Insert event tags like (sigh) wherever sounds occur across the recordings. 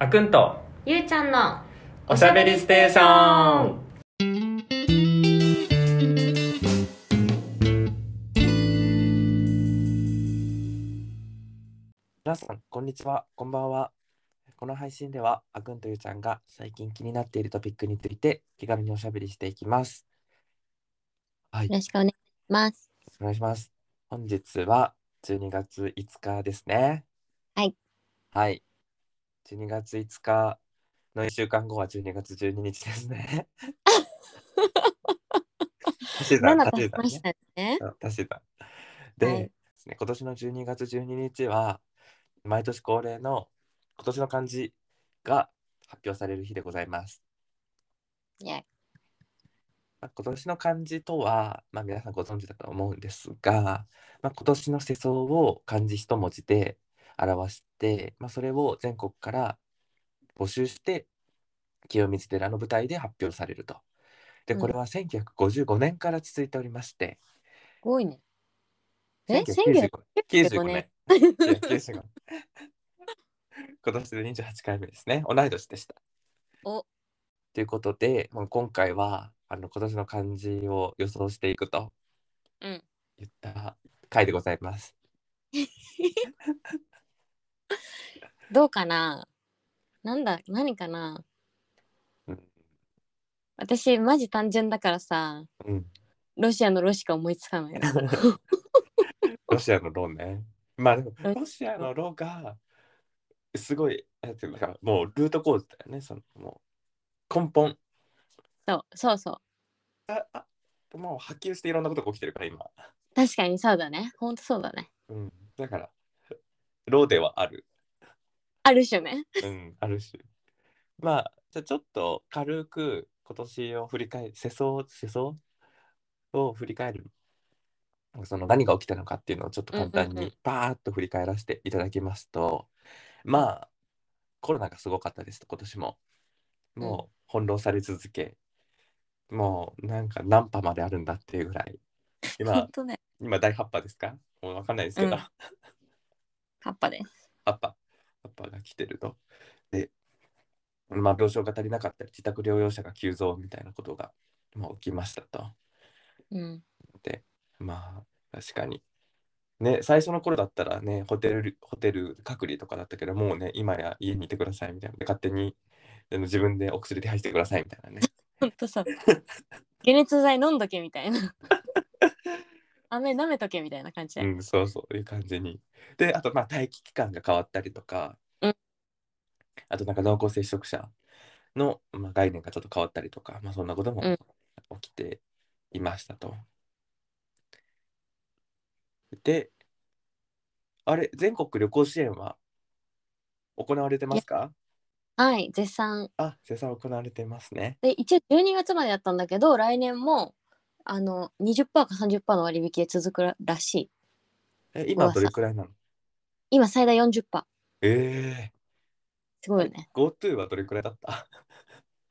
あくんとゆうちゃんのおしゃべりステーション皆さん、こんにちは、こんばんは。この配信では、あくんとゆうちゃんが最近気になっているトピックについて気軽におしゃべりしていきます。はい、よよろしくお願いしますろしくお願いします。本日は12月5日ですね。はい。はい。12月5日の1週間後は12月12日です (laughs) ね。足し算7足足しし算ねましたね (laughs) あ確 (laughs) かで、はいですね、今年の12月12日は毎年恒例の今年の漢字が発表される日でございます。イエイまあ、今年の漢字とは、まあ、皆さんご存知だと思うんですが、まあ、今年の世相を漢字一文字で表して、まあ、それを全国から募集して清水寺の舞台で発表されると。でうんこれは1955年から続いておりまして、すごいねえ1995 1995 95年。95年 (laughs) (laughs) 今年で28回目ですね。同い年でした。おということで、もう今回はあの今年の漢字を予想していくとうん言った回でございます。どうかななんだ何かなうん私マジ単純だからさうん、ロシアのロしか思いつかない (laughs) のロシアのロね。まあでもロロシアのロがすごい、なんていうのか、もうルート構図だよね。そのもう根本そうそうそうああもう波及していろんなことが起きてるから今。確かにそうだねほんとそうだねうん、だから、ローではある。ある種ねうん、あるし。まあ、じゃあちょっと軽く今年を振り返る、世相、世相を振り返る。その何が起きたのかっていうのをちょっと簡単うんうんうんにバーッと振り返らせていただきますと、まあ、コロナがすごかったです、今年も。もう翻弄され続け、もうなんか何波まであるんだっていうぐらい。ほ (laughs) ん今、とね今第8波ですかもうわかんないですけど。うんカッパですアッパ、アッパが来てると。で、まあ、病床が足りなかったり、自宅療養者が急増みたいなことが、まあ、起きましたと。うんで、まあ、確かに。ね、最初の頃だったらね、ホテル、ホテル隔離とかだったけど、もうね、今や家にいてくださいみたいな。で勝手にあの自分でお薬手配してくださいみたいなね。ほんとそう (laughs) 解熱剤飲んどけみたいな飴舐めとけみたいな感じで、うん、そうそういう感じに。で、あと、まあ、待機期間が変わったりとかうん、あと、なんか濃厚接触者の、まあ、概念がちょっと変わったりとか、まあ、そんなこともうん起きていましたと。で、あれ、全国旅行支援は行われてますかはい絶賛あ、生産行われてますね。で一応12月までだったんだけど来年もあの20%か30%の割引で続くららしいえ、今噂どれくらいなの今最大40%えすごいよねえ GoTo はどれくらいだった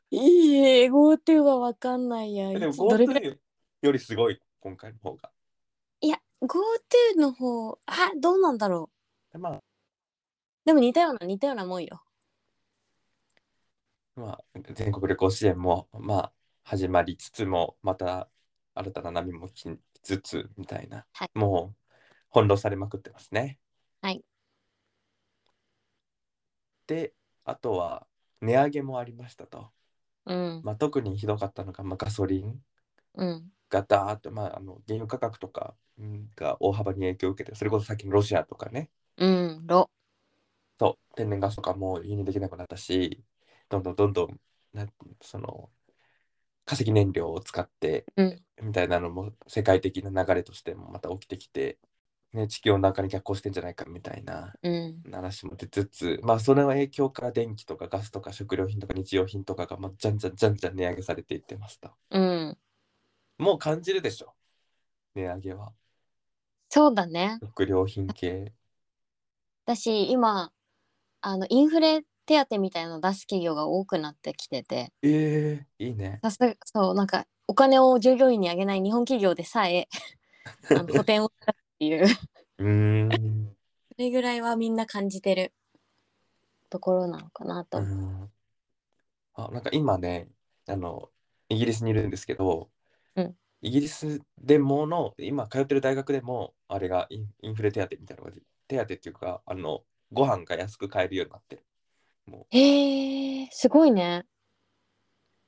いいえ GoTo は分かんないやえ (laughs) でもいつどれくらい GoTo よりすごい、今回の方が。いや GoTo の方あどうなんだろうでまあ、でも似たような似たようなもんよまあ、全国旅行支援も、まあ、始まりつつも、また新たな波も来つつみたいな、はいもう翻弄されまくってますね。はい。で、あとは値上げもありましたと。うんまあ、特にひどかったのが、まあ、ガソリンうんがダーッと、まあ、あの原油価格とかうんが大幅に影響を受けて、それこそさっきのロシアとかね、うんろそう、天然ガスとかも輸入できなくなったし、どんどんどんどん、なんその、化石燃料を使ってうんみたいなのも世界的な流れとしてもまた起きてきて、ね、地球温暖化に逆行してんじゃないかみたいなうん話も出つつ、まあ、その影響から電気とかガスとか食料品とか日用品とかが、まあ、じゃんじゃんじゃんじゃん値上げされていってますと。うんもう感じるでしょ、値上げは。そうだね食料品系。私今あのインフレ手当みたいなの出す企業が多くなってきててええいいね。さすがそうなんかお金を従業員にあげない日本企業で (laughs) さえあの補填をしたっていうそうーん。れぐらいはみんな感じてるところなのかなと。うんあなんか今ねあのイギリスにいるんですけど、うんイギリスでもの今通ってる大学でもあれがインインフレ手当みたいなのが手当っていうかあのご飯が安く買えるようになってるへえすごいね。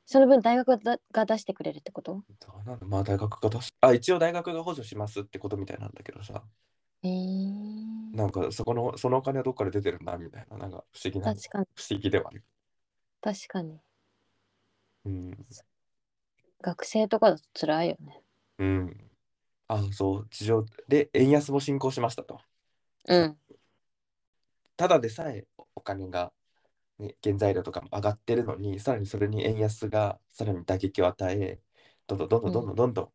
その分大学がが出してくれるってことどうなんだまあ大学が出しあ一応大学が補助しますってことみたいなんだけどさへえなんかそこのそのお金はどっから出てるんだみたいななんか不思議な確かに不思議ではある、確かにうん学生とかだと辛いよね。うん、あそう地上で円安も進行しましたとうんただでさえお金が、ね、原材料とかも上がってるのにさらにそれに円安がさらに打撃を与えどんどんどんどんどんどんどんどん、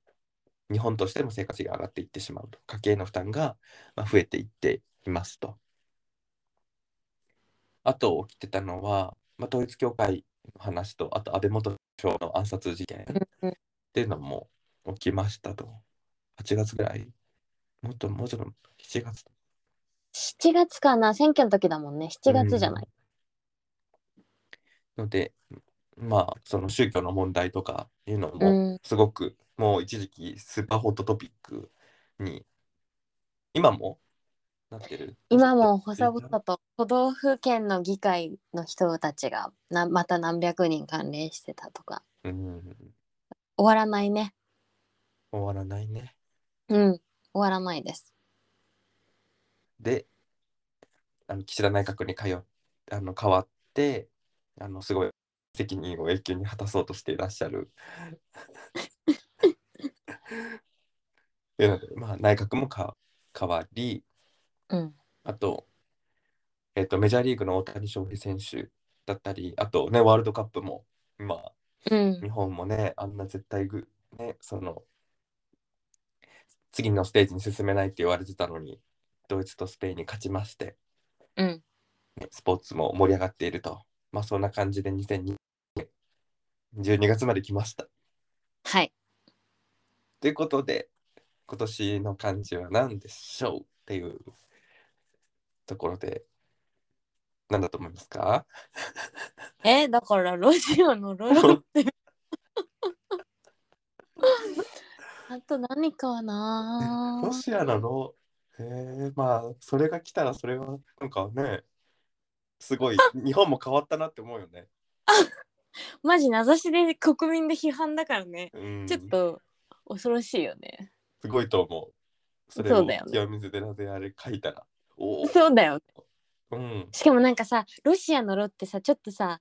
日本としても生活費が上がっていってしまうと家計の負担がまあ増えていっていますとあと起きてたのは、まあ、統一教会の話とあと安倍元首相の暗殺事件うんっていうのも起きましたと8月ぐらいもっともうちょっと7月7月かな選挙の時だもんね7月じゃない、のでまあその宗教の問題とかいうのうもんすごく、もう一時期スーパーホットトピックに今もなってる今も細々と都道府県の議会の人たちがなまた何百人関連してたとかうん終わらないね終わらないねうん終わらないですであの岸田内閣に通っあの変わってあのすごい責任を永久に果たそうとしていらっしゃ (laughs) る (laughs) っていうので、まあ、内閣もか変わりうんあと、えっと、メジャーリーグの大谷翔平選手だったり、あとね、ワールドカップも、今、うん日本もね、あんな絶対グ、ね、その、次のステージに進めないって言われてたのに、ドイツとスペインに勝ちまして、うんねスポーツも盛り上がっていると。まあ、そんな感じで2020年、12月まで来ました。はいということで、今年の漢字は何でしょうっていうところで、何だと思いますかえだからロシアのロロって (laughs) あと何かなロシアなのへえまあそれが来たらそれはなんかねすごい日本も変わったなって思うよね。マジ名指しで国民で批判だからねうん、ちょっと恐ろしいよねすごいと思う。それそをうだよね清水寺であれ書いたら。おお。そうだようん。しかもなんかさロシアの「ロ」ってさちょっとさ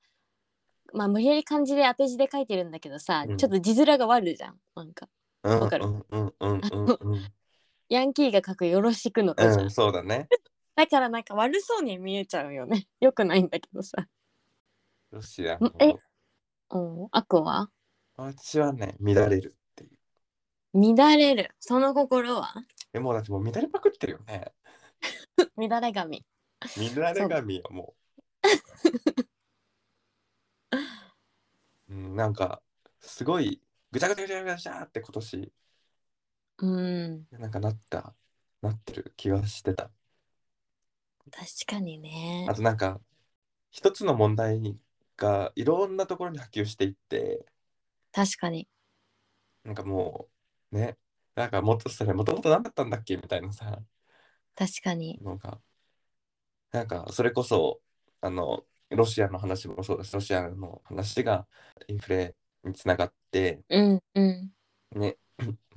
まあ無理やり漢字で当て字で書いてるんだけどさ、うんちょっと字面が悪いじゃんなんかうんわかるうんうん (laughs) うんうんうん。ヤンキーが書く「よろしく」のとじゃん、うん、そうだね。だからなんか悪そうに見えちゃうよね (laughs) よくないんだけどさロシアんえうん悪は私はね、乱れるっていう。乱れるその心は (laughs) え、もうだってもう乱れまくってるよね。乱れ髪乱れ髪よ、もう。うん、なんか、すごい、ぐちゃぐちゃぐちゃぐちゃぐちゃって今年。うんなんかなった、なってる気がしてた。確かにねあとなんか、一つの問題がいろんなところに波及していって、確かになんかもう、ね、なんかもっとそれ、もともと何だったんだっけみたいなさ、確かにのが、なんかそれこそ、あの、ロシアの話もそうだし、ロシアの話がインフレにつながって、うんうんね、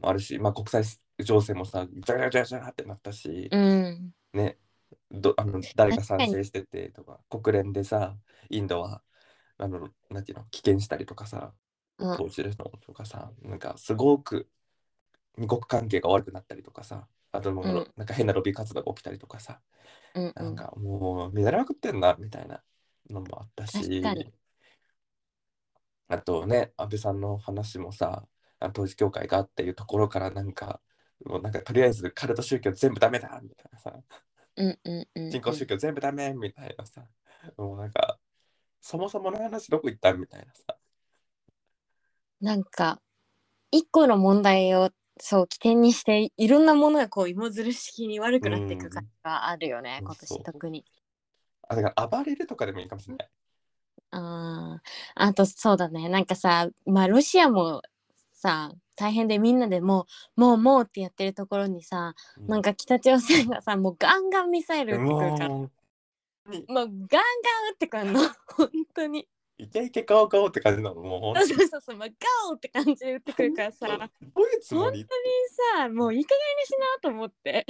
あるし、まあ国際情勢もさ、ぐちゃぐちゃぐちゃぐちゃってなったし、うんね、どあの誰か確か賛に成しててとか国連でさインドはあのなんていうの棄権したりとかさうん投資のとかさなんかすごく二国関係が悪くなったりとかさあともう、うんなんか変なロビー活動が起きたりとかさうんうなんんかもう乱れまくってんなみたいなのもあったし確かにあとね安倍さんの話もさあの統一教会がっていうところからなんかもうなんかとりあえずカルト宗教全部ダメだみたいなさうんうんうん人工宗教全部ダメみたいなさ、もうなんか、そもそもの話どこ行ったみたいなさ、なんか一個の問題をそう起点にしていろんなものがこう芋づる式に悪くなっていく感じがあるよね、うん今そう年特にあ、だから暴れるとかでもいいかもしれない。あーあとそうだねなんかさまあロシアもさ大変でみんなでもうもうもうってやってるところにさうんなんか北朝鮮がさもうガンガンミサイル撃ってくるからももうガンガン撃ってくるの本当にうイケイケガオガオって感じなのもうほん (laughs) そうそうそうそう、まあ、ガオって感じで撃ってくるからさど本ういうつもり当にさもういい加減にしなと思って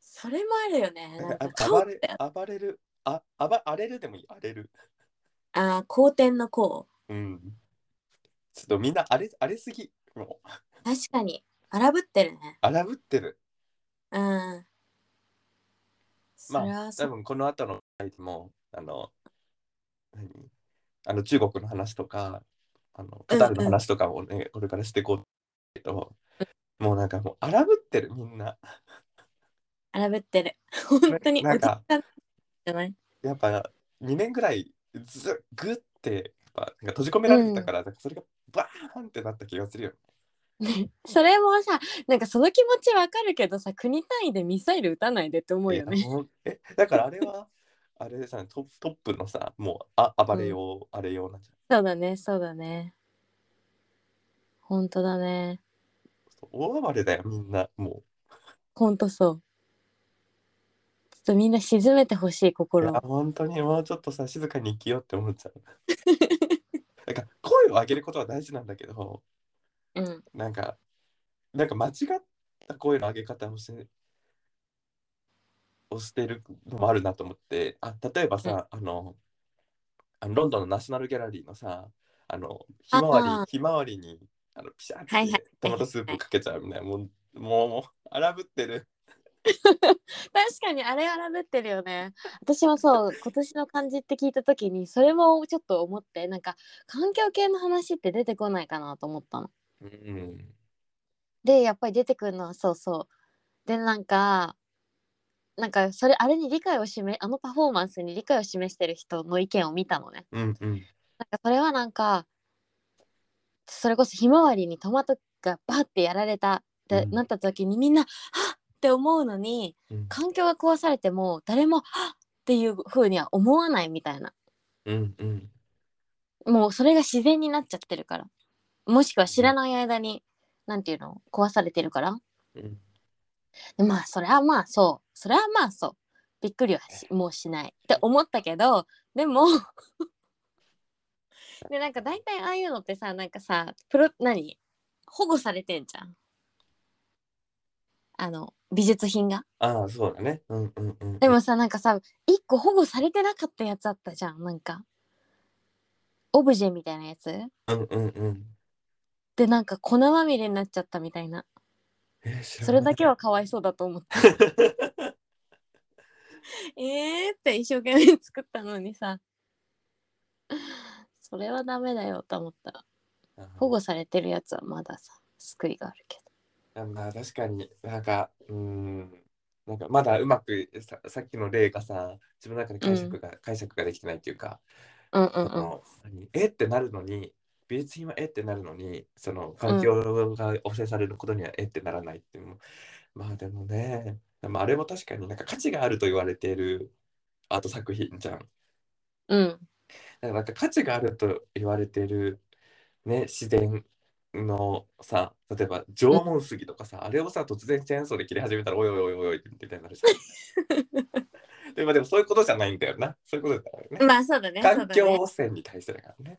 それもあるよねなんかあ顔暴っれて暴れるあ暴荒れるでもいい荒れるああ好天のこううんちょっとみんな荒れ荒れすぎもう確かに荒ぶってるね荒ぶってるうんそまれはあそ多う分この後の回でもあの何あの中国の話とかあのカタールの話とかをね、これからしていこうけどもうなんかもう荒ぶってるみんな荒ぶって (laughs) る。本当になんかおじさんじゃないやっぱ2年ぐらいずぐってやっぱなんか閉じ込められてたから、なんかそれがバーンってなった気がするよねねそれもさ、なんかその気持ちわかるけどさ、国単位でミサイル撃たないでって思うよいね。やもうえだからあれはあれさトップトップのさもうあ暴れよう、あれようなんじゃないそうだね、そうだね。本当だね。大暴れだよみんなも本当そう。ちょっとみんな沈めてほしい、うい心やを。本当にもうちょっとさ静かに生きようって思っちゃうなんか声を上げることは大事なんだけどうん。なんかなんか間違った声の上げ方をしてをしてるのもあるなと思ってあ例えばさ、あのあのロンドンのナショナルギャラリーのさあのひまわありひまわりにあのピシャっはいはていトマトスープかけちゃうみたいな、もうもう荒ぶってる確かにあれ荒ぶってるよね。私もそう、 (laughs) 今年の漢字って聞いたときに、それもちょっと思って、なんか環境系の話って出てこないかなと思ったの。うんでやっぱり出てくるのはそうそうでなんかなんかそれあれに理解を示あのパフォーマンスに理解を示してる人の意見を見たのねうんうんなんかそれはなんかそれこそひまわりにトマトがバッてやられたってうんなった時にみんな「はっ!」って思うのにうん環境が壊されても誰も「はっ!」っていう風には思わないみたいなうんうんもうそれが自然になっちゃってるからもしくは知らない間になんていうの壊されてるからうんでまあそれはまあそうそれはまあそうびっくりはしもうしないって思ったけどでも (laughs) でなんか大体ああいうのってさなんかさプロ何保護されてんじゃんあの美術品がああそうだねうんうんうんでもさなんかさ一個保護されてなかったやつあったじゃんなんかオブジェみたいなやつうんうんうんでなんか粉まみれになっちゃったみたいなえー知らそれだけはなかわいそうだと思ってかった (laughs) えーって一生懸命作ったのにさそれはダメだよと思った保護されてるやつはまださ救いがあるけあまあ確かになんかうーんなんかまだうまくささっきの例がさ自分の中で解釈が、解釈ができてないっていうか、どうんうんそうんの何えってなるのに美術品はえってなるのにその環境が汚染されることにはえってならないっていうのも、まあでもね、まあ、あれも確かになんか価値があると言われているアート作品じゃん。うんだからなんか価値があると言われてる、ね、自然のさ例えば縄文杉とかさ、あれをさ突然チェーンソーで切り始めたらおいおいおいおいみたいになるじゃ (laughs) ん。でもでもそういうことじゃないんだよなそういうことだよね。まあそうだねそう環だ境ね汚染に対してだからね。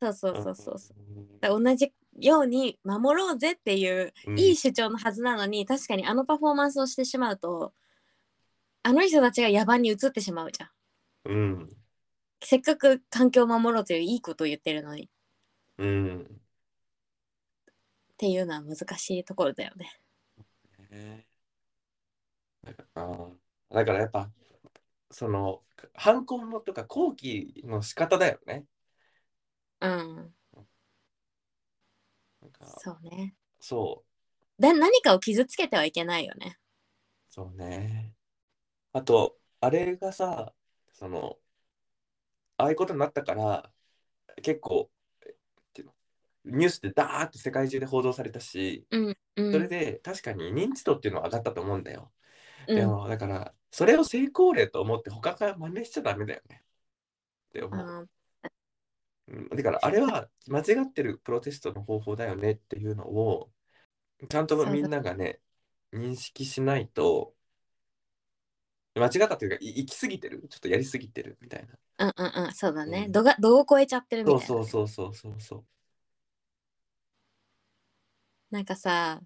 そうそうそうそうそううんだから同じように守ろうぜっていううんいい主張のはずなのに確かにあのパフォーマンスをしてしまうとあの人たちが野蛮に移ってしまうじゃんうんせっかく環境を守ろうといういいことを言ってるのにっうんていうのは難しいところだよねねだからあだからやっぱその反抗のとか後期の仕方だよね。うんなんかそうねそうだ何かを傷つけてはいけないよね。そうね。あと、あれがさ、その、ああいうことになったから、結構、えっていうのニュースでダーって世界中で報道されたし、うん、うん、それで確かに認知度っていうのは上がったと思うんだよ。うんでも、だから、それを成功例と思って他から真似しちゃダメだよね。って思う。あうんだからあれは間違ってるプロテストの方法だよねっていうのをちゃんとそうだみんながね認識しないと間違ったというかい行き過ぎてるちょっとやりすぎてるみたいな。ーうんうんうんそうだね、うん度が度を超えちゃってるみたいそうなそうそうそうそうそう。なんかさ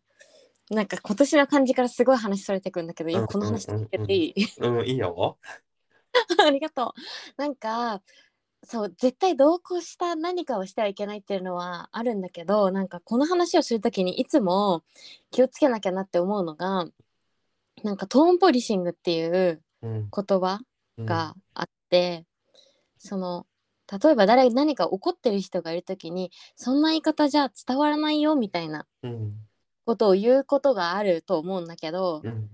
なんか今年の感じからすごい話されてくんだけど、いやうんこの話続けていい (laughs) うん、いいよ。ありがとうなんかそう絶対同行した何かをしてはいけないっていうのはあるんだけどなんかこの話をするときにいつも気をつけなきゃなって思うのがなんかトーンポリシングっていううん。言葉うん、があって、その例えば誰何か怒ってる人がいる時にそんな言い方じゃ伝わらないよみたいなうん。ことを言うことがあると思うんだけど、うん。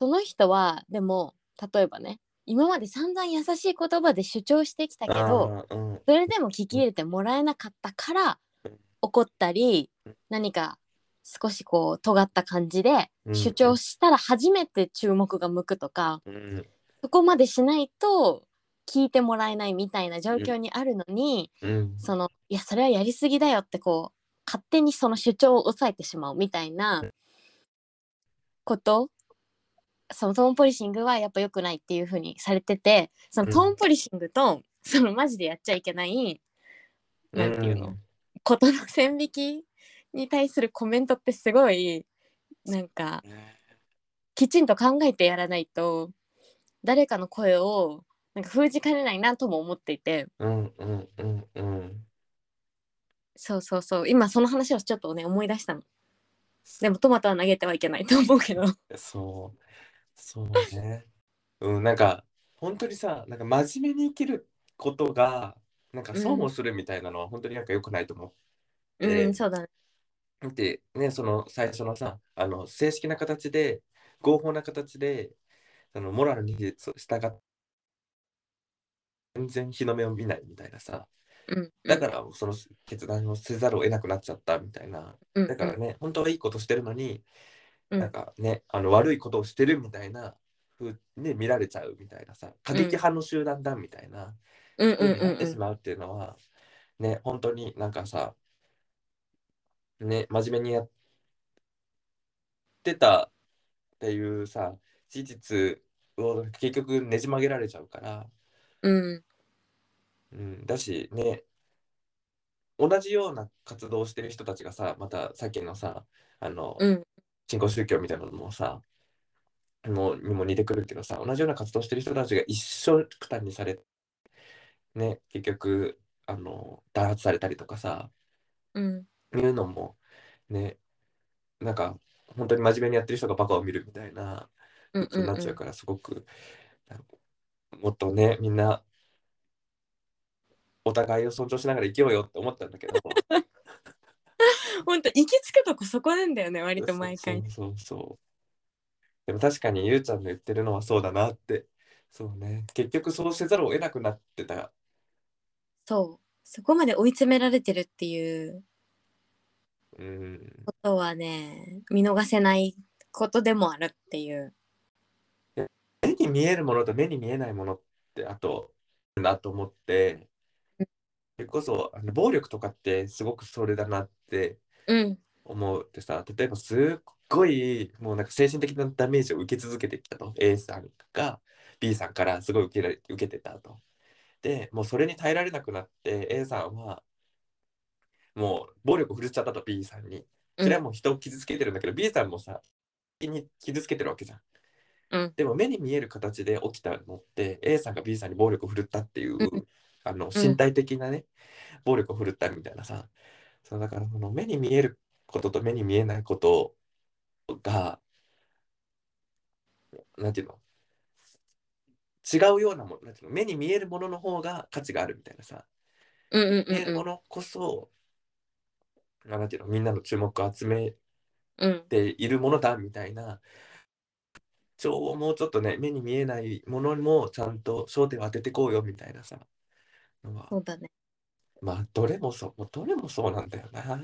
その人はでも例えばね今まで散々優しい言葉で主張してきたけどあーうんそれでも聞き入れてもらえなかったからうん怒ったりうん何か少しこう尖った感じでうん主張したら初めて注目が向くとか、うんそこまでしないと聞いてもらえないみたいな状況にあるのに、うんそのいやそれはやりすぎだよってこう勝手にその主張を抑えてしまうみたいなうんことそのトーンポリシングはやっぱ良くないっていう風にされててそのトーンポリシングとそのマジでやっちゃいけないなんていうのことの線引きに対するコメントってすごいなんかきちんと考えてやらないと誰かの声をなんか封じかねないなとも思っていてうんうんうんうんそうそうそう今その話をちょっとね思い出したのでもトマトは投げてはいけないと思うけどそうそうね (laughs) うんなんか本当にさなんか真面目に生きることがなんか損をするみたいなのは本当になんか良くないと思うえーうんそうだねだってねその最初のさあの正式な形で合法な形でそのモラルに従って全然日の目を見ないみたいなさうんだからその決断をせざるを得なくなっちゃったみたいならだからね、本当はいいことしてるのに、うんなんかね、あの悪いことをしてるみたいな風に、ね、見られちゃうみたいなさ、過激派の集団だみたいな、うんうん風にうなんってうしんまうっていうのは、ね、本当になんかさ、ね、真面目にやってたっていうさ、事実を結局ねじ曲げられちゃうから、うんうん、だしね同じような活動をしてる人たちがさまたさっきのさあの、うん新興宗教みたいなのもさもうにも似てくるけどさ同じような活動してる人たちが一緒くたにされね結局あの弾圧されたりとかさうんいうのもねなんか本当に真面目にやってる人がバカを見るみたいなうんになっちゃうからすごくなんかもっとねみんなお互いを尊重しながら生きようよって思ったんだけどほんと行き着くとこそこなんだよね割と毎回そうそうそうそうでも確かにゆうちゃんの言ってるのはそうだなってそうね結局そうせざるを得なくなってたそうそこまで追い詰められてるっていううんことはね見逃せないことでもあるっていう目に見えるものと目に見えないものってあとなと思ってうそれこそあの暴力とかってすごくそれだなってうん思うってさ例えばすっごいもうなんか精神的なダメージを受け続けてきたと A さんが B さんからすごい受けられ受けてたと。でもうそれに耐えられなくなって A さんはもう暴力を振るっちゃったと B さんに。それはもう人を傷つけてるんだけど、B さんもさ人に傷つけてるわけじゃん。うんでも目に見える形で起きたのって A さんが B さんに暴力を振るったっていう、うんあの身体的なね、暴力を振るったみたいなさそうだからその目に見えることと目に見えないことがなんていうの違うようなものなんていうの目に見えるものの方が価値があるみたいなさうんうん見えうるんうもんのこそ、なんていうのみんなの注目を集めうんっているものだみたいな情をもうちょっとね目に見えないものにもちゃんと焦点を当ててこうよみたいなさのはそうだねまあどれもそうもうどれもそうなんだよな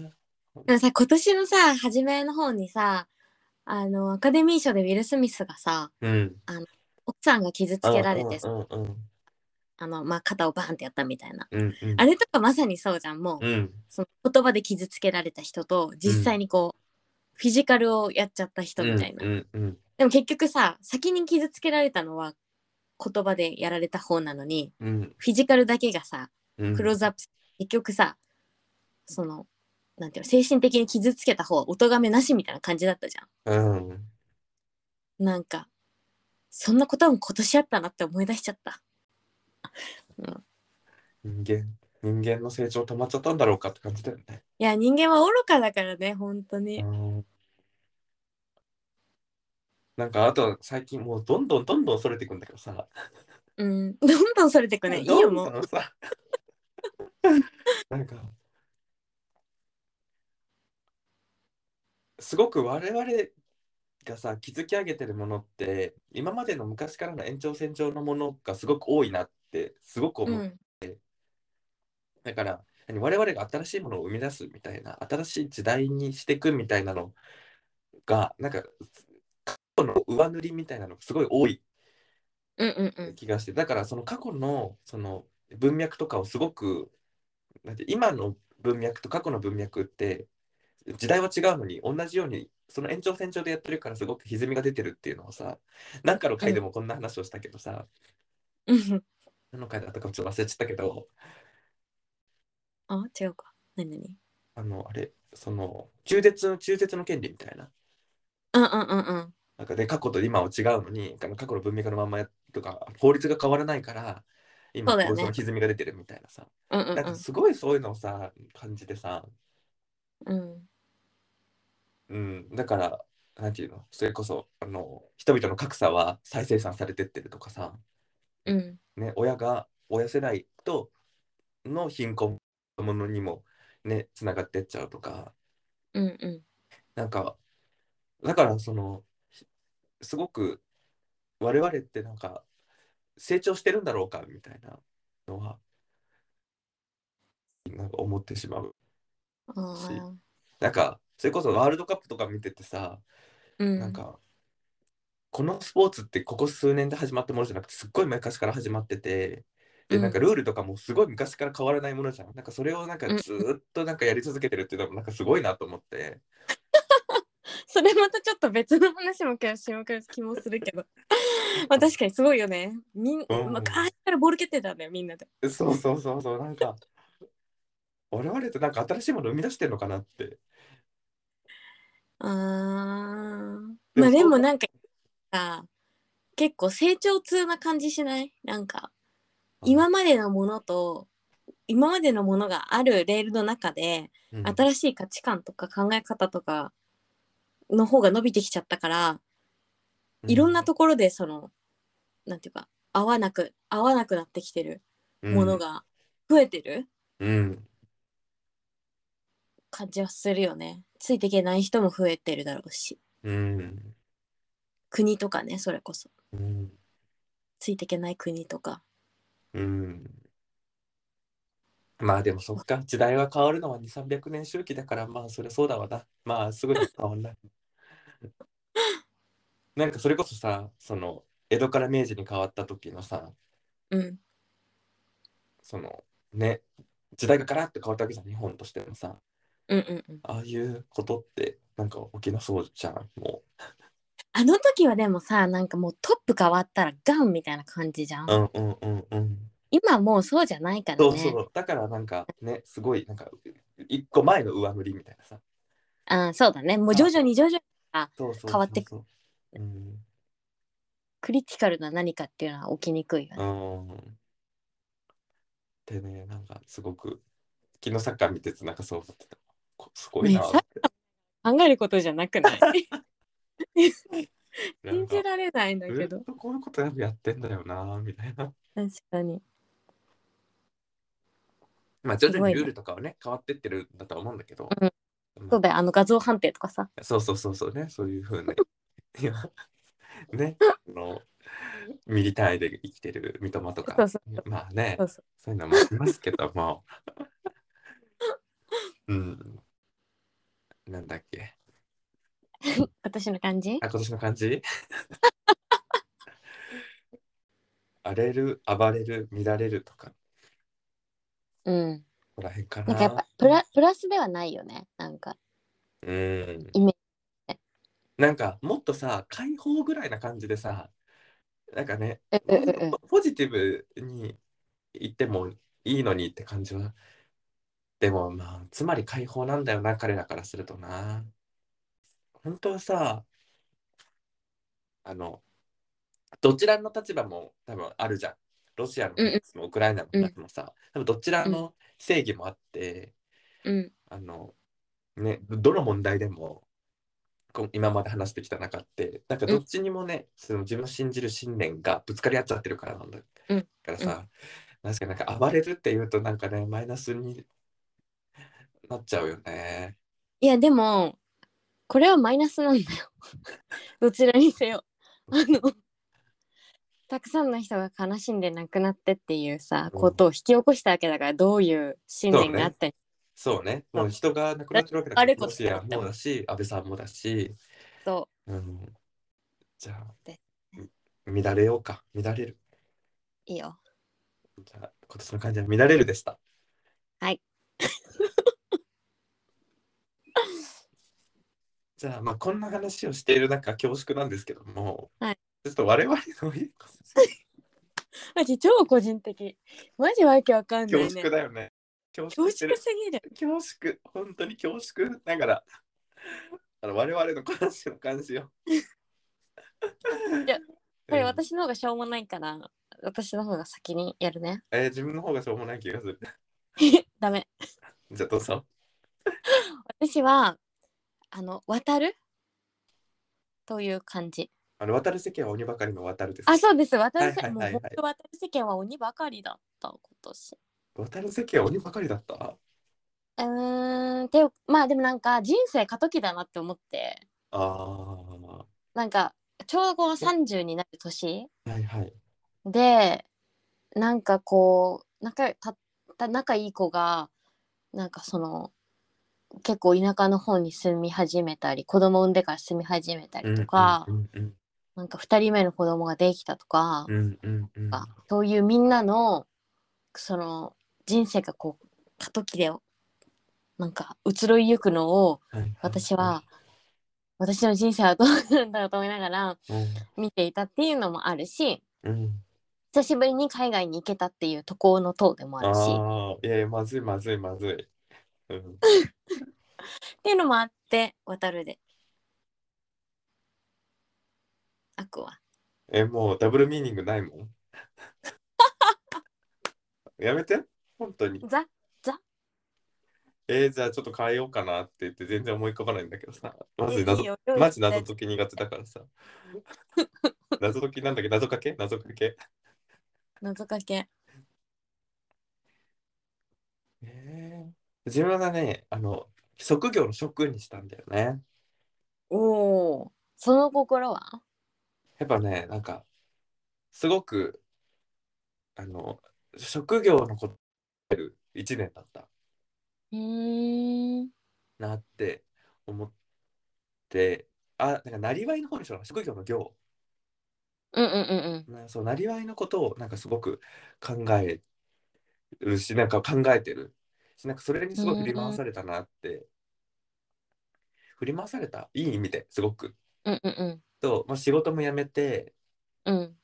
でもさ今年のさ初めの方にさあのアカデミー賞でウィル・スミスがさうん奥さんが傷つけられて、うんうんうんあのまあ、肩をバーンってやったみたいなうんうんあれとかまさにそうじゃんもう、うんその言葉で傷つけられた人と実際にこう、フィジカルをやっちゃった人みたいな、うんうんでも結局さ先に傷つけられたのは言葉でやられた方なのにうんフィジカルだけがさうんクローズアップ、結局さそのなんていうの精神的に傷つけた方はお咎めなしみたいな感じだったじゃうんんなんかそんなことも今年あったなって思い出しちゃった人間人間の成長止まっちゃったんだろうかって感じだよねいや人間は愚かだからね本当に、うんなんかあと最近もうどんどんどんどんそれていくんだけどさうん、 (laughs) どんどんそれてくねいいよも (laughs) どんうどんさ (laughs) なんかすごく我々がさ築き上げてるものって今までの昔からの延長線上のものがすごく多いなってすごくう思う、んだから何我々が新しいものを生み出すみたいな新しい時代にしていくみたいなのがなんか過去の上塗りみたいなのがすごい多いうんうんうん気がして、だからその過去のその文脈とかをすごくなんて今の文脈と過去の文脈って時代は違うのに同じようにその延長線上でやってるからすごく歪みが出てるっていうのをさなんかの回でもこんな話をしたけどさ、うん (laughs) 何の回だったかちょっと忘れちゃったけどあ違うか何何あのあれその中絶の中絶の権利みたいな。うんうんうんうんなんかで過去と今は違うのにあの過去の文脈のまんまやとか法律が変わらないから今そうだこようねその歪みが出てるみたいなさ、うんうんなんかすごいそういうのをさ感じてさ、うんうんうん、だからなんていうのそれこそあの人々の格差は再生産されてってるとかさ、うんね、親が親世代との貧困ものにもねつながってっちゃうとかうんうんなんかだからそのひすごく我々ってなんか成長してるんだろうかみたいなのはなんか思ってしまうあしーなんかそれこそワールドカップとか見ててさうんなんかこのスポーツってここ数年で始まったものじゃなくてすっごい昔から始まっててでうんなんかルールとかもすごい昔から変わらないものじゃんなんかそれをなんかうんずーっとなんかやり続けてるっていうのもなんかすごいなと思ってそれまたちょっと別の話も今日しようか気もするけど (laughs) まあ確かにすごいよねみん、うん昔からボール蹴ってたんだよみんなで (laughs) そうそうそうそうなんか我々ってなんか新しいものを生み出してるのかなってあーでもまあそうでもなんかさ結構成長痛な感じしないなんか今までのものと今までのものがあるレールの中でうん新しい価値観とか考え方とかの方が伸びてきちゃったからいろんなところでそのなんていうか合わなく合わなくなってきてるものが増えてるうん感じはするよね。ついていけない人も増えてるだろうしうん国とかねそれこそうんついていけない国とかうんまあでもそっか時代は変わるのは2300年周期だからまあそりゃそうだわなまあすぐには変わんない (laughs) なんかそれこそさその江戸から明治に変わった時のさうんそのね時代がガラッと変わったわけじゃん日本としてもさうんうんうんああいうことってなんか起きなそうじゃんもあの時はでもさなんかもうトップ変わったらガンみたいな感じじゃん、ううんうんうんうん今もうそうじゃないからそねうそうだからなんかねすごいなんか一個前の上塗りみたいなさあそうだねもう徐々に徐々にそうそうそうそう変わってくうんクリティカルな何かっていうのは起きにくいようね、んでねなんかすごく昨日サッカー見ててなんかそう思ってたこすごいなねサッ考えることじゃなくないなん信かじられないんだずけっどとこういうことややってんだよなみたいな確かにまあ徐々すごいにねルールとかはね変わってってるんだとは思うんだけど、うんまあそうだよあの画像判定とかさそうそうそうそうね、そういうふう (laughs) な。いやね、あの、ミリ単位で生きてる三笘とかそうそ、まあねそう、そそういうのもありますけども。うん。なんだっけ。う私の感じ (laughs) あ、今年の感じ荒れる、暴れる、乱れるとか、うん。ここら辺かな。なんかやっぱプラプラスではないよね。なんか。うんイメージ。なんかもっとさ、解放ぐらいな感じでさ、なんかね、うんうんうん。ポポジティブに言ってもいいのにって感じは。でもまあ、つまり解放なんだよな、彼らからするとな。本当はさ、あの、どちらの立場も多分あるじゃん。ロシアのうんうんやつもウクライナのやつもさ、多分どちらの正義もあって、うんあの、ね、どの問題でも、こう今まで話してきた中って、なんかどっちにもね、その自分の信じる信念がぶつかり合っちゃってるからなんだ。うんからさ、確かになんか暴れるっていうとなんかね、マイナスになっちゃうよね。いやでもこれはマイナスなんだよ (laughs) どちらにせよ (laughs) あのたくさんの人が悲しんで亡くなってっていうさうんことを引き起こしたわけだからどういう信念があったり、そうね、もう人が亡くなってるわけだか悪ら、いことロシアもだし、安倍さんもだし、そうん、じゃあで、み乱れようか、乱れる。ういいよじゃあ、今年の感じは乱れるでした。はい。 (laughs) じゃあ、まあ、こんな話をしている中、恐縮なんですけども、はいちょっと我々のいいことマジ超個人的マジわけわかんないね恐縮だよ (laughs) ね。恐恐縮して縮るすぎる恐縮、本当に恐縮ながら、あの我々の感じの感じを。いやこれうん私の方がしょうもないから私の方が先にやるねえー自分の方がしょうもない気がする。ダメじゃあ、どうぞ。私はあの渡るという感じあの渡る世間は鬼ばかりの渡るです。あ、そうです。渡はるいはい世もうはいはい本当渡る世間は鬼ばかりだった今年。渡る世間は鬼ばかりだったうーん。で、まあでもなんか人生過渡期だなって思って、ああ。はなんかちょうど30になる年いはい。で、なんかこう仲たった仲いい子がなんかその結構田舎の方に住み始めたり、子供産んでから住み始めたりとか、うんうんなんか2人目の子供ができたとか、うんうんうんかそういうみんなのその人生がこう過渡期でなんか移ろいゆくのを私は、私の人生はどうなるんだろうと思いながらいはい見ていたっていうのもあるしうんうん、久しぶりに海外に行けたっていう渡航の塔でもあるしああいやいやまずいまずいまずい、うん、っていうのもあって渡るで。あくはえもうダブルミーニングないもんやめて本当にザえー、じゃあちょっと変えようかなって言って全然思い浮かばないんだけどさまいずい謎よマジ謎解き苦手だからさ謎解きなんだっけ謎かけ謎かけ謎かけえー、自分はねあの職業の職にしたんだよねおおその心はやっぱね、なんか、すごく、あの、職業のことる1年だったうーんなって思って、あ、なんか、なりわいの方にしようかな職業の業、うんうんうんなそう、なりわいのことを、なんかすごく考えるし、なんか考えてるし、なんかそれにすごい振り回されたなって、振り回された、いい意味ですごく。うんうんうんと、まあ、仕事も辞めて、うん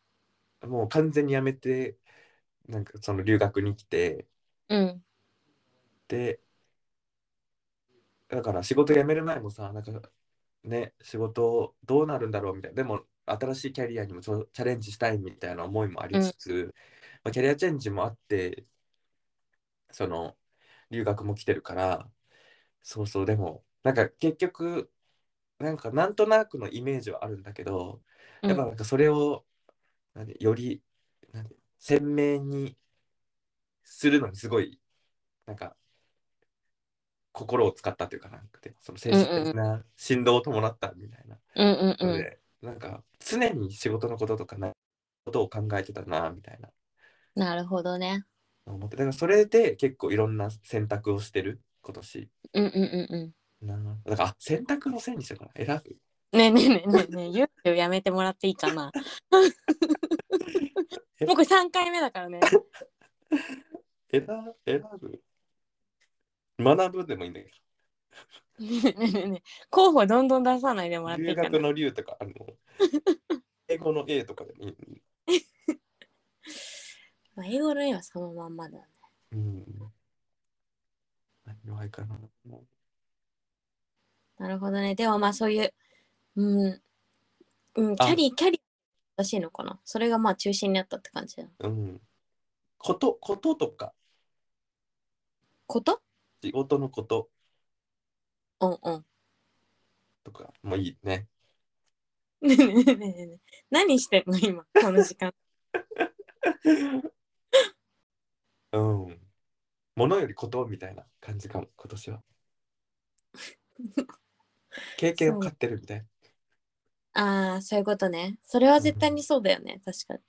もう完全に辞めて、なんかその留学に来て、うんでだから仕事辞める前もさなんかね仕事どうなるんだろうみたいなでも新しいキャリアにもちょチャレンジしたいみたいな思いもありつつ、まあ、キャリアチェンジもあってその留学も来てるからそうそうでもなんか結局なんかなんとなくのイメージはあるんだけどうんやっぱなんかそれを、なんでよりなんで鮮明にするのにすごいなんか心を使ったというかなんかでその精神的な振動を伴ったみたいなうんうんうのんで、なんか常に仕事のこととかなことを考えてたなみたいななるほどね。思ってだからそれで結構いろんな選択をしてる今年うんうんうんうなだからあ選択のせいにしたから選ぶ (laughs) ん。ねえねえねえねえねえ、ゆうきをやめてもらっていいかな。もうこれ3回目だからね。選選ぶ学ぶでもいいんだけねえねえねえ候補どんどん出さないでもらど、って留いいか学な。の留とか、あの、 (laughs) 英語の A とかでもいい。まあ、英語の絵はそのまんまだ。うん。弱いかな。なるほどね。ではまあそういう、うん、うん、キあャリー、キャリーらしいのかな。それがまあ中心になったって感じだ。うん。こと、こととか、こと仕事のことうんうん。とかもいいね。ねえねえねえねえねえ何してんの今、この時間。うん。ものよりことみたいな感じかも、今年 (laughs) は。経験を買ってるみたいああ、そういうことね。それは絶対にそうだよね。確かに。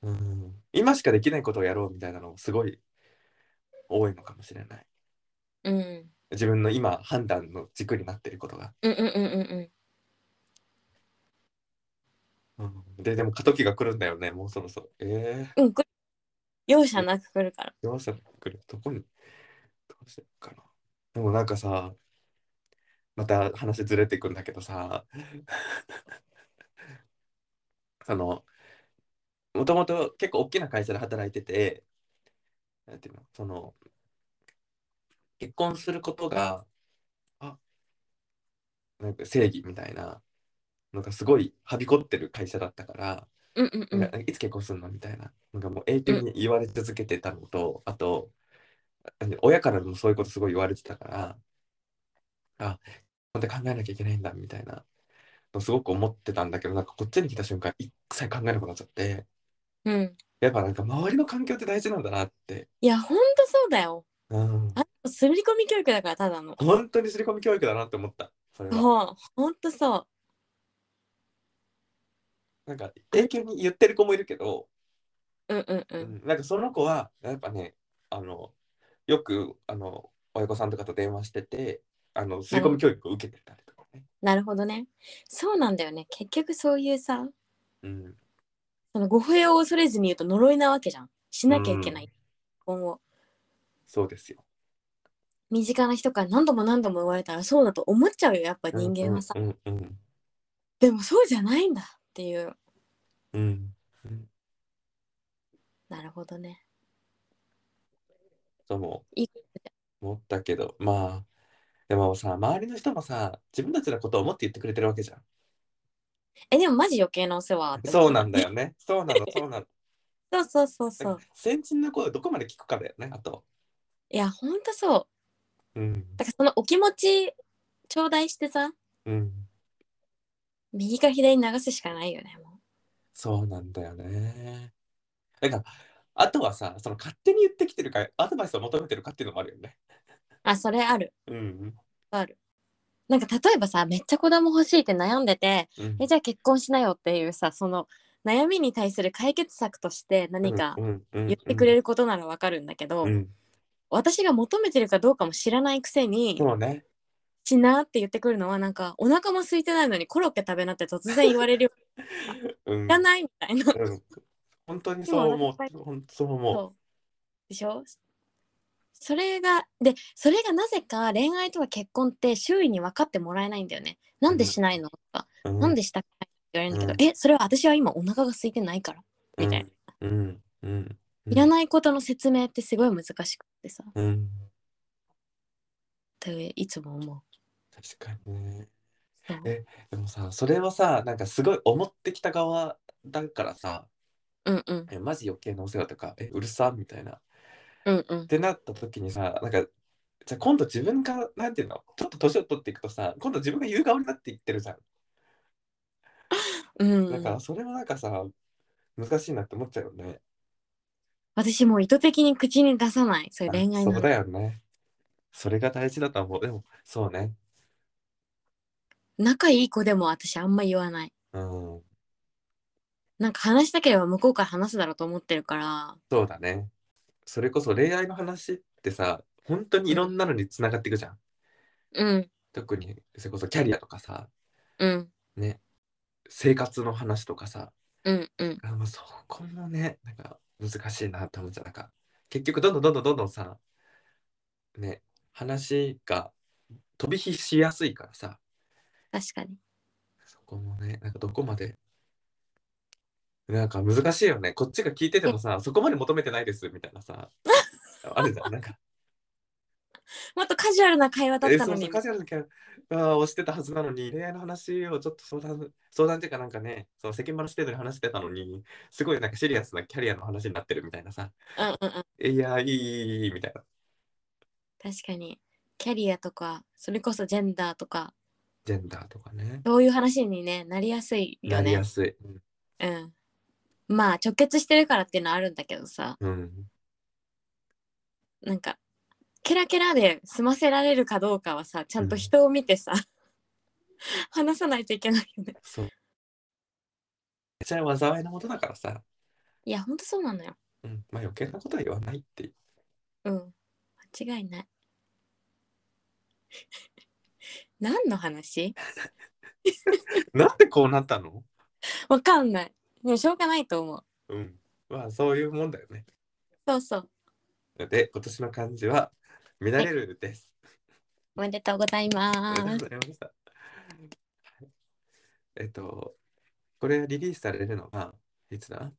な。うん。今しかできないことをやろうみたいなのもすごい多いのかもしれない。うん。自分の今判断の軸になっていることが。うんうんうんうんうん、で、でも過渡期が来るんだよね、もうそろそろ。えうん。うん、これ容赦なく来るから。ー、どうしたら来るどこにどうしようかな。でもなんかさ、また話ずれていくんだけどさ、 (laughs) その、もともと結構大きな会社で働いてて、なんていうの、その、結婚することが、あ、なんか正義みたいなのがすごいはびこってる会社だったから、うんうんうん。なんかいつ結婚するのみたいな、なんかもう永久に言われ続けてたのと、あと、あ親からもそういうことすごい言われてたから、あ、ほんで考えなきゃいけないんだみたいなのすごく思ってたんだけど、なんかこっちに来た瞬間、一切考えなくなっちゃって、うん。やっぱなんか周りの環境って大事なんだなって、いや、ほんとそうだよ。うん、あすり込み教育だから、ただの。本当に刷り込み教育だなって思った、それは。もう、ほんとそなんか永久に言ってる子もいるけど、う。うんうんう。うんんなんかその子はやっぱねあのよくあの親御さんとかと電話しててあの吸い込み教育を受けてたりとかね、なるほどね。そうなんだよね。結局そういうさ、うん、その語弊を恐れずに言うと呪いなわけじゃん。しなきゃいけない。うん今後、そうですよ身近な人から何度も何度も言われたらそうだと思っちゃうよ、やっぱ人間はさ。うんうんうんでもそうじゃないんだっていう。うん、うん、なるほどね。ともいい思ったけどまあでもさ周りの人もさ自分たちのことを思って言ってくれてるわけじゃんえ、でもマジ余計なお世話って思そうなんだよねそうなのそうなのう。そうそう (laughs) そうそう。先人の声をどこまで聞くかだよねあといや、ほんとそう。うんだからそのお気持ち、頂戴してさ、うん右か左に流すしかないよね。もそうなんだよね。なんか、あとはさ、その勝手に言ってきてるか、アドバイスを求めてるかっていうのもあるよね。うあ、それある。うん。なんか例えばさ、めっちゃ子供欲しいって悩んでて、うんえじゃあ結婚しなよっていうさその悩みに対する解決策として何かうん言ってくれる。ることならわかるんだけど、うん。私が求めてるかどうかも知らないくせにそうね。 「しな」って言ってくるのはなんかお腹も空いてないのにコロッケ食べなって突然言われるようんいら。ないみたいなうん本当にそう思でもなんかう。本当そう思そうでしょそれがでそれがなぜか恋愛とか結婚って周囲に分かってもらえないんだよね。なんでしないのとか、う。なんででしたくないって言われるんだけど、うんえそれは私は今お腹が空いてないからみたいな。な。うん。うん。いらなないことの説明ってすごい難しくってさ、っい。うん。ていつも思確かにね。う。そうえでもさ、それはさ、なんかすごい思ってきた側だからさ、うんうんえ、マジ余計なお世話とか、え、うるさみたいな。うんうっん。てなった時にさなんかじゃあ今度自分がなんていうのちょっと年を取っていくとさ今度自分が言う側になっていってるじゃん、うんうだんからそれはなんかさ難しいなって思っちゃうよね私もう意図的に口に出さない、そういう恋愛そうの。だよねそれが大事だと思うでもそうね仲いい子でも私あんま言わない。うんなんか話したければ向こうから話すだろうと思ってるから、そうだねそれこそ恋愛の話ってさ本当にいろんなのにつながっていくじゃんうん特にそれこそキャリアとかさうんね生活の話とかさうんうんあもうそこもねなんか難しいなって思っちゃうなんか結局どんどんどんどんどんどんさね話が飛び火しやすいからさ確かにそこもねなんかどこまでなんか難しいよねこっちが聞いててもさそこまで求めてないですみたいなさあるじゃんなんかもっとカジュアルな会話だっえたそのうそにうカジュアルなキャラあーをしてたはずなのに恋愛の話をちょっと相談相談っていうかなんかねその世間話程度に話してたのにすごいなんかシリアスなキャリアの話になってるみたいなさうんうんうん確えいやいいいいいいみたいなかにキャリアとかそれこそジェンダーとかジェンダーとかねそういう話に、ね、なりやすいよなりねやすい、うんうんまあ直結してるからっていうのはあるんだけどさうん、なんかケラケラで済ませられるかどうかはさちゃんとうん人を見てさ、話さないといけないよねそうめっちゃ災いのことだからさ、いやほんとそうなのようん、まあ余計なことは言わないっていううん間違いない (laughs) 何の話なんでこうなったのわかんないでもしょうがないと思ううんまあそういうもんだよねそうそうで今年の漢字は乱れるです、おめでとうございあまりがすとうございました。えっと、これリリースされるのが、いつだ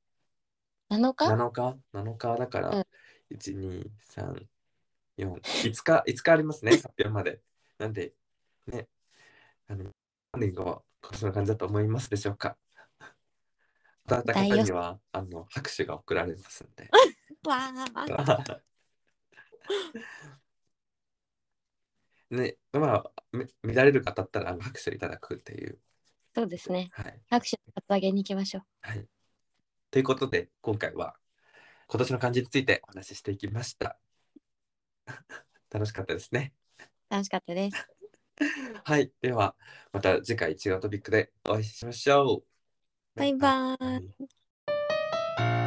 7日 ?7 日 ?7 日だかうんら、1、2、3、4、5日、5日あります (laughs) ね、発表まで。なんで、ね、あの、何が今年の感じだと思いますでしょう (laughs) か当たった方には、あの、拍手が送られますんで。わあ (laughs) ね、まあ、み乱れる方だったらあの拍手いただくっていう。そうですねはい。拍手の発上げに行きましょうはい。ということで、今回は今年の漢字についてお話ししていきました。 (laughs) 楽しかったですね。楽しかったですはい。では、また次回違うトピックでお会いしましょう。バイバーイイ